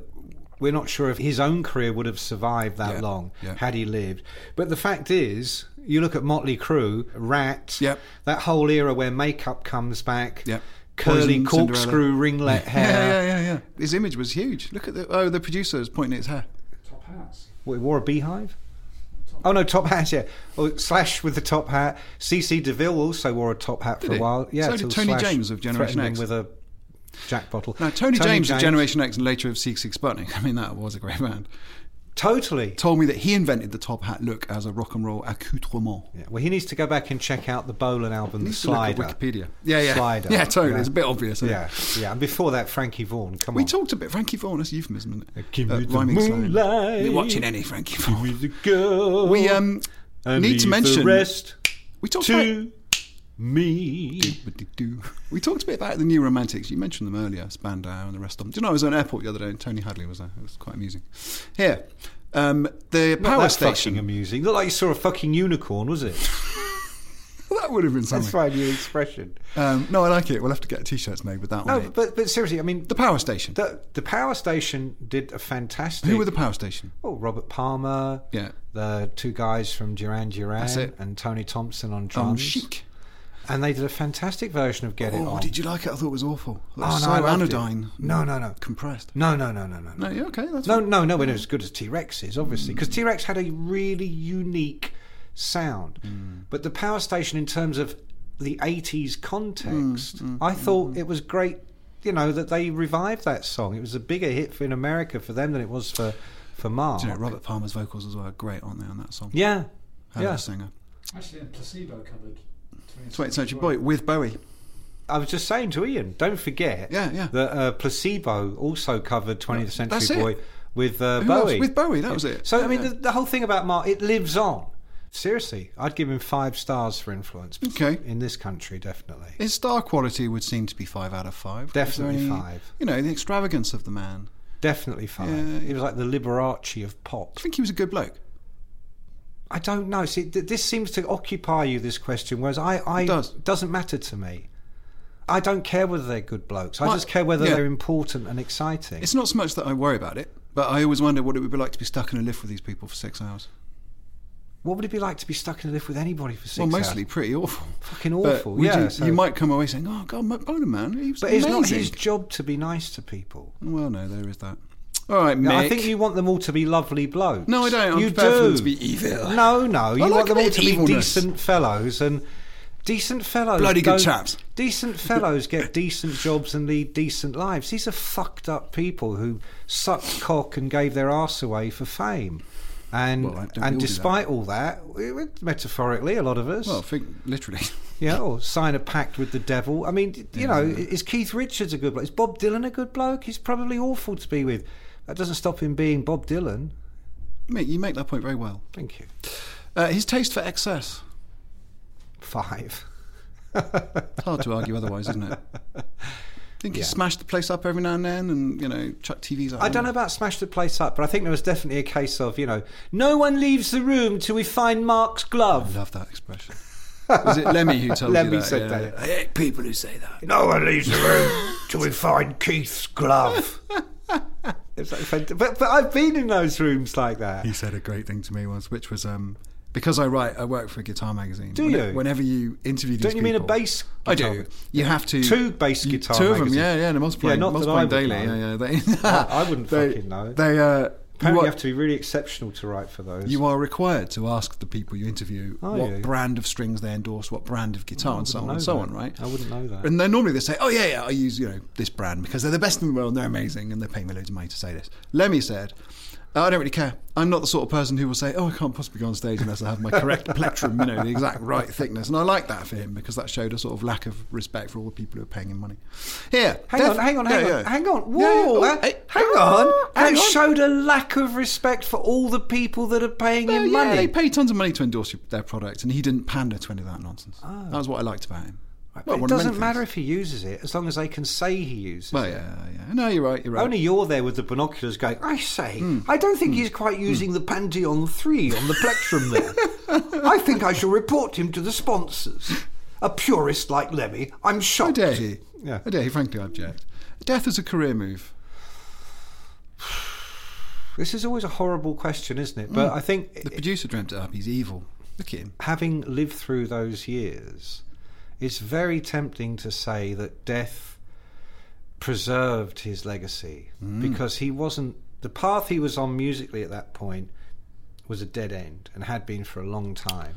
we're not sure if his own career would have survived that
Yeah,
long
yeah.
had he lived. But the fact is, you look at Motley Crue, Rat,
Yep.
that whole era where makeup comes back,
Yep.
curly
Poison,
corkscrew
Cinderella.
ringlet hair.
Yeah, yeah, yeah, yeah. His image was huge. Look at the oh, the producer is pointing at his hair.
What, he wore a beehive? Oh no, top hat, yeah. Oh, Slash with the top hat. CC DeVille also wore a top hat for a
he?
while. Yeah,
So did
till
Tony
Slash
James of Generation
threatened
X.
him with a jack bottle.
Now Tony, James, of Generation X and later of Six Six Sputnik. [LAUGHS] I mean, that was a great band.
Totally.
Told me that he invented the top hat look as a rock and roll accoutrement.
Yeah, well, he needs to go back and check out the Bolan album, The
Needs to look at
Slider.
Wikipedia. Yeah, yeah.
Slider.
[LAUGHS] Yeah, totally. It's a bit obvious. Isn't
Yeah,
It?
yeah. And before that, Frankie Vaughan. Come
We
on.
talked a bit Frankie Vaughan. That's a euphemism, isn't it? Uh,
Give me the
rhyming slang.
moonlight.
We're watching any Frankie Vaughan.
the girl.
We um
and
need
leave
to mention
the rest
we talked about [LAUGHS]
to me.
Do-ba-dee-doo. We talked a bit about the New Romantics. You mentioned them earlier, Spandau and the rest of them. Do you know I was at an airport the other day and Tony Hadley was there? It was quite amusing. Here, um, the
Not
power
that
station.
fucking amusing. Not like you saw a fucking unicorn, was it?
[LAUGHS] that would have been something.
my new expression.
Um, no, I like it. We'll have to get T-shirts made with that
No,
on it.
but but seriously, I mean,
the power station.
the the power station did a fantastic.
Who were the power station?
Oh, Robert Palmer.
Yeah.
The two guys from Duran Duran
That's it.
and Tony Thompson on drums.
Um, chic.
And they did a fantastic version of Get It
Oh,
On.
did you like it? I thought it was awful. It was
Oh, no,
so
I loved it.
anodyne.
No, no, no.
Compressed.
No, no, no, no, no.
No,
No,
yeah, okay. That's
no,
fine.
no, no when it was as good as T Rex is, obviously. Because T Rex had a really unique sound.
Hmm.
But the Power Station, in terms of the 80s context,
Hmm,
I thought it was great, you know, that they revived that song. It was a bigger hit for, in America for them than it was for, for Mark.
Do you know, Robert Palmer's vocals as well are great, aren't they, on that song?
Yeah.
Hello,
yeah.
singer.
Actually, and placebo covered.
20th Century Boy with Bowie.
I was just saying to Ian, don't forget
Yeah, yeah.
that uh, Placebo also covered 20th Century
That's it.
Boy with uh,
Who else?
Bowie.
With Bowie, that was it.
So,
Yeah,
I mean,
yeah.
the, the whole thing about Mark, it lives on. Seriously, I'd give him five stars for influence.
Okay.
In this country, definitely.
His star quality would seem to be five out of five. Is there
Definitely five.
You know, the extravagance of the man.
definitely five.
Yeah.
He was like the Liberace of pop.
I think he was a good bloke.
I don't know. See, th- this seems to occupy you, this question, whereas I, I
It does.
not matter to me. I don't care whether they're good blokes. I
Well,
just care whether
yeah.
they're important and exciting.
It's not so much that I worry about it, but I always wonder what it would be like to be stuck in a lift with these people for six hours.
what would it be like to be stuck in a lift with anybody for six
well,
hours?
mostly pretty awful.
Fucking
But
awful,
would
yeah,
You,
so-
you might come away saying, "Oh God, Matt Boner, man, he was
But it's
amazing."
not his job to be nice to people.
well, no, there is that. All right, Mick.
I think you want them all to be lovely blokes.
No, I don't. I'm
you
prepared
do.
for them to be evil.
No, no. You
like a
want them all
bit
to
of
be
evilness.
decent fellows and decent fellows.
Bloody good
don't-
chaps.
Decent fellows get [LAUGHS] decent jobs and lead decent lives. These are fucked up people who sucked cock and gave their arse away for fame. And
Well, I- don't we all do
and
that?
despite all that, we- we- metaphorically, a lot of us,
Well, I think literally. [LAUGHS]
yeah, or sign a pact with the devil. I mean, d- you know, is Keith Richards a good bloke? Is Bob Dylan a good bloke? He's probably awful to be with. That doesn't stop him being Bob Dylan.
Mick, you make that point very well.
Thank you.
Uh, his taste for excess.
Five.
It's hard to argue otherwise, isn't
[LAUGHS]
it? think he smashed the place up every now and then, and you know, chuck TVs out.
I don't know about smash the place up, but I think there was definitely a case of, you know, no one leaves the room till we find Mark's glove.
Love that expression. Was it Lemmy who told
Lemmy
you that?
said
Yeah.
that.
I hate people who say that.
No one leaves the room till we find Keith's glove. [LAUGHS] It's like fant- but, but I've been in those rooms like that.
He said a great thing to me once, which was um, because I write, I work for a guitar magazine.
Do
When-
you?
Whenever you interview these
Don't you mean a
people-
bass
I
guitar?
do. You have to
Two bass guitar
Two of them,
magazines.
yeah, yeah. And a multiplying,
Yeah, not that
multiplying
I would
daily,
know.
yeah, yeah. They,
I- I
[LAUGHS]
wouldn't
they,
fucking know.
They uh,
Apparently,
what-
you have to be really exceptional to write for those.
You are required to ask the people you interview
Are
what
you?
brand of strings they endorse, what brand of guitar, and so on
Oh, know
and so
that.
on, right?
I wouldn't know that.
And then normally they say, "Oh yeah, yeah, I use you know this brand because they're the best in the world, and they're amazing, and they pay me loads of money to say this." Lemmy said, I don't really care. I'm not the sort of person who will say, "Oh, I can't possibly go on stage unless I have my
[LAUGHS]
correct plectrum," you know, the exact right thickness. And I like that for him because that showed a sort of lack of respect for all the people who are paying him money. Here,
Hang
def-
on, hang on,
Yeah,
hang on,
yeah.
hang on.
Yeah,
Whoa,
yeah. Oh,
uh,
hey,
hang on.
hang
that
on.
showed a lack of respect for all the people that are paying
Well,
him
yeah,
money.
They pay tons of money to endorse your- their product, and he didn't pander to any of that nonsense.
Oh.
That was what I liked about him.
Right,
Well,
but it
one of many
doesn't matter
things.
if he uses it, as long as they can say he uses
Well,
it.
yeah, yeah. No, you're right. Hmm. You're right.
Only you're there with the binoculars going, I say, I don't think he's quite
Hmm.
using the Pantheon 3 on the
[LAUGHS]
plectrum there. I think I shall report him to the sponsors. A purist like Lemmy, I'm
How
shocked.
dare he?
Yeah.
How dare he? Frankly, I object. Death is a career move.
This is always a horrible question, isn't it? But I think
Hmm. The producer dreamt it up. He's evil. Look at him.
having lived through those years, it's very tempting to say that death preserved his legacy
Mm.
because he wasn't the path he was on musically at that point was a dead end and had been for a long time.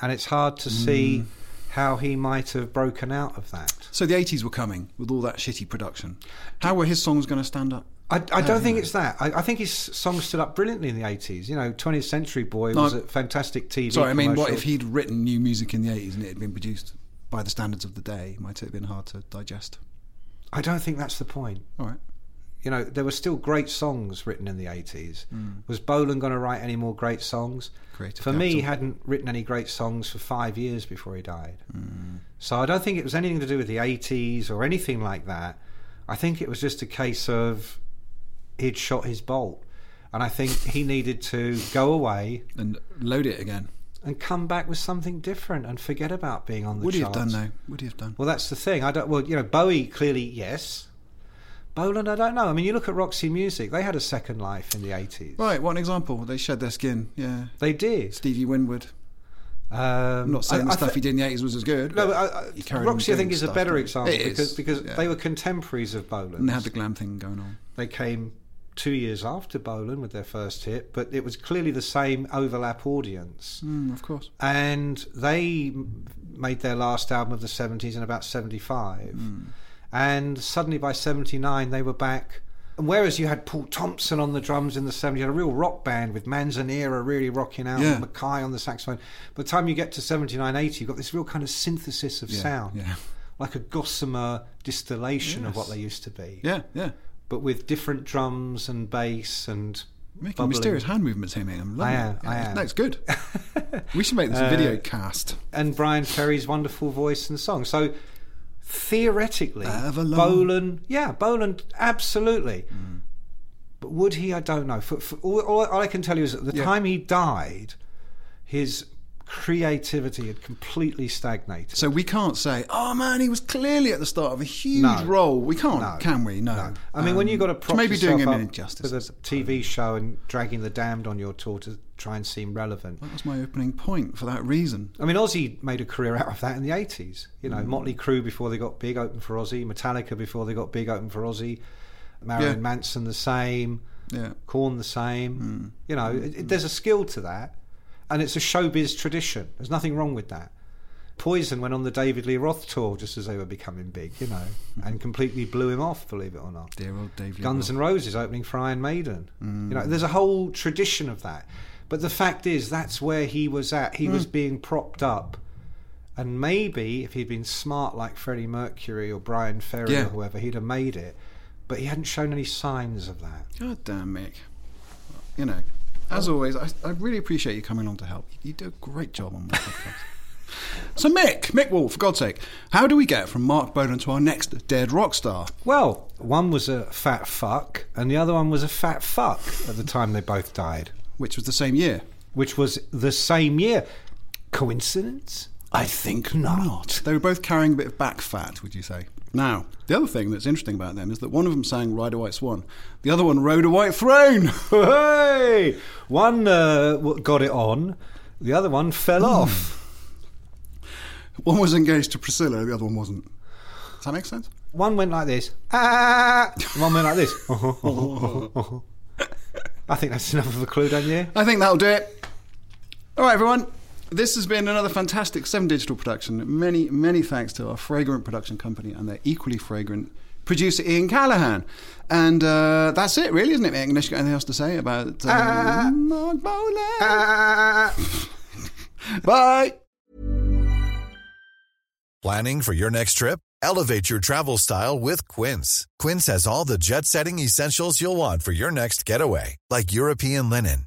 And it's hard to
Mm.
see how he might have broken out of that.
So the 80s were coming with all that shitty production. How were his songs going to stand up?
I, I don't think it's that. I, I think his songs stood up brilliantly in the 80s. You know, 20th Century Boy
No,
was a
I'm-
fantastic TV
Sorry, I mean, what
commercial.
if he'd written new music in the 80s and it had been produced by the standards of the day? Might it have been hard to digest?
I don't think that's the point.
All right.
you know, there were still great songs written in the 80s. Was Bolan going to write any more great songs?
Mm. Creative
for me, he
capital.
hadn't written any great songs for five years before he died.
Mm.
So I don't think it was anything to do with the 80s or anything like that. I think it was just a case of he'd shot his bolt. And I think he needed to go away
And load it again.
and come back with something different and forget about being on the
Would he have
charts.
done, though? Would he have done?
Well, that's the thing. I don't. Well, you know, Bowie clearly yes. Boland, I don't know. I mean, you look at Roxy Music; they had a second life in the eighties.
Right, what an example. They shed their skin. Yeah.
They did.
Stevie Winwood.
Um,
I'm not saying
I-
the
I
stuff he
thi-
did in the 80s was as good.
No,
but
but uh, I,
he
I,
carried on
Roxy, I think,
doing
is a
stuff,
better
didn't he?
example
It is,
because because
yeah.
they were contemporaries of Boland.
And they had the glam thing going on.
They came two years after Boland with their first hit, but it was clearly the same overlap audience.
Mm, of course.
and they m- made their last album of the 70s in about 75
Mm.
and suddenly by 79 they were back and whereas you had Paul Thompson on the drums in the 70s, you had a real rock band with Manzanera really rocking out,
Yeah.
and Mackay on the saxophone. By the time you get to 79, 80, you've got this real kind of synthesis of
Yeah,
sound,
yeah.
like a gossamer distillation of what they used to be,
Yeah, yeah.
but with different drums and bass and
Making
bubbling.
mysterious hand movements here, mate. I'm loving
I am,
it.
I am. Uh,
That's good.
[LAUGHS]
we should make this a video cast.
and Brian Ferry's wonderful voice and song. So theoretically,
Avalon.
Bolan, yeah, Bolan, absolutely.
Mm.
But would he? I don't know. For, for, all, all I can tell you is at the time he died, his creativity had completely stagnated.
So we can't say, oh man, he was clearly at the start of a huge
No.
role. We can't,
No.
can we? No.
I mean, when
Um,
you got to prop
maybe
yourself
doing him
up
an injustice.
with a TV show and dragging the damned on your tour to try and seem relevant,
That was my opening point for that reason.
I mean, Ozzy made a career out of that in the 80s. You know, Motley Crue before they got big, open for Ozzy. Metallica before they got big, open for Ozzy. Marilyn
Yeah.
Manson the same.
Yeah.
Corn the same. You know, it, it- there's a skill to that. And it's a showbiz tradition. There's nothing wrong with that. Poison went on the David Lee Roth tour just as they were becoming big, you know, and completely blew him off, believe it or not.
Dear old Dave Lee
Guns N' Roses opening for Iron Maiden. You
Mm.
know, there's a whole tradition of that. But the fact is, that's where he was at. He
Mm.
was being propped up. And maybe if he'd been smart like Freddie Mercury or Brian Ferry
Yeah.
or whoever, he'd have made it. But he hadn't shown any signs of that.
God damn, Mick. You know, as always, I, I really appreciate you coming on to help. You do a great job on my podcast. [LAUGHS] So, Mick, Mick Wall, for God's sake, how do we get from Mark Bolan to our next dead rock star?
Well, one was a fat fuck, and the other one was a fat fuck at the time they both died,
Which was the same year.
which was the same year. Coincidence?
I think not. They were both carrying a bit of back fat, would you say? Now, the other thing that's interesting about them is that one of them sang Ride a White Swan, the other one rode a white throne. [LAUGHS]
Hey! One uh, w- got it on, the other one fell off.
one was engaged to Priscilla, the other one wasn't. Does that make sense?
One went like this. Ah! One went like this. [LAUGHS] I think that's enough of a clue, don't you?
I think that'll do it. All right, everyone. This has been another fantastic Seven Digital production. Many, many thanks to our fragrant production company and their equally fragrant producer Ian Callahan. And uh, that's it, really, isn't it, Mick? Unless you've got anything else to say about uh,
Ah.
Mark Bowler.
uh, Ah!
Bye.
Planning for your next trip? Elevate your travel style with Quince. Quince has all the jet setting essentials you'll want for your next getaway, like European linen,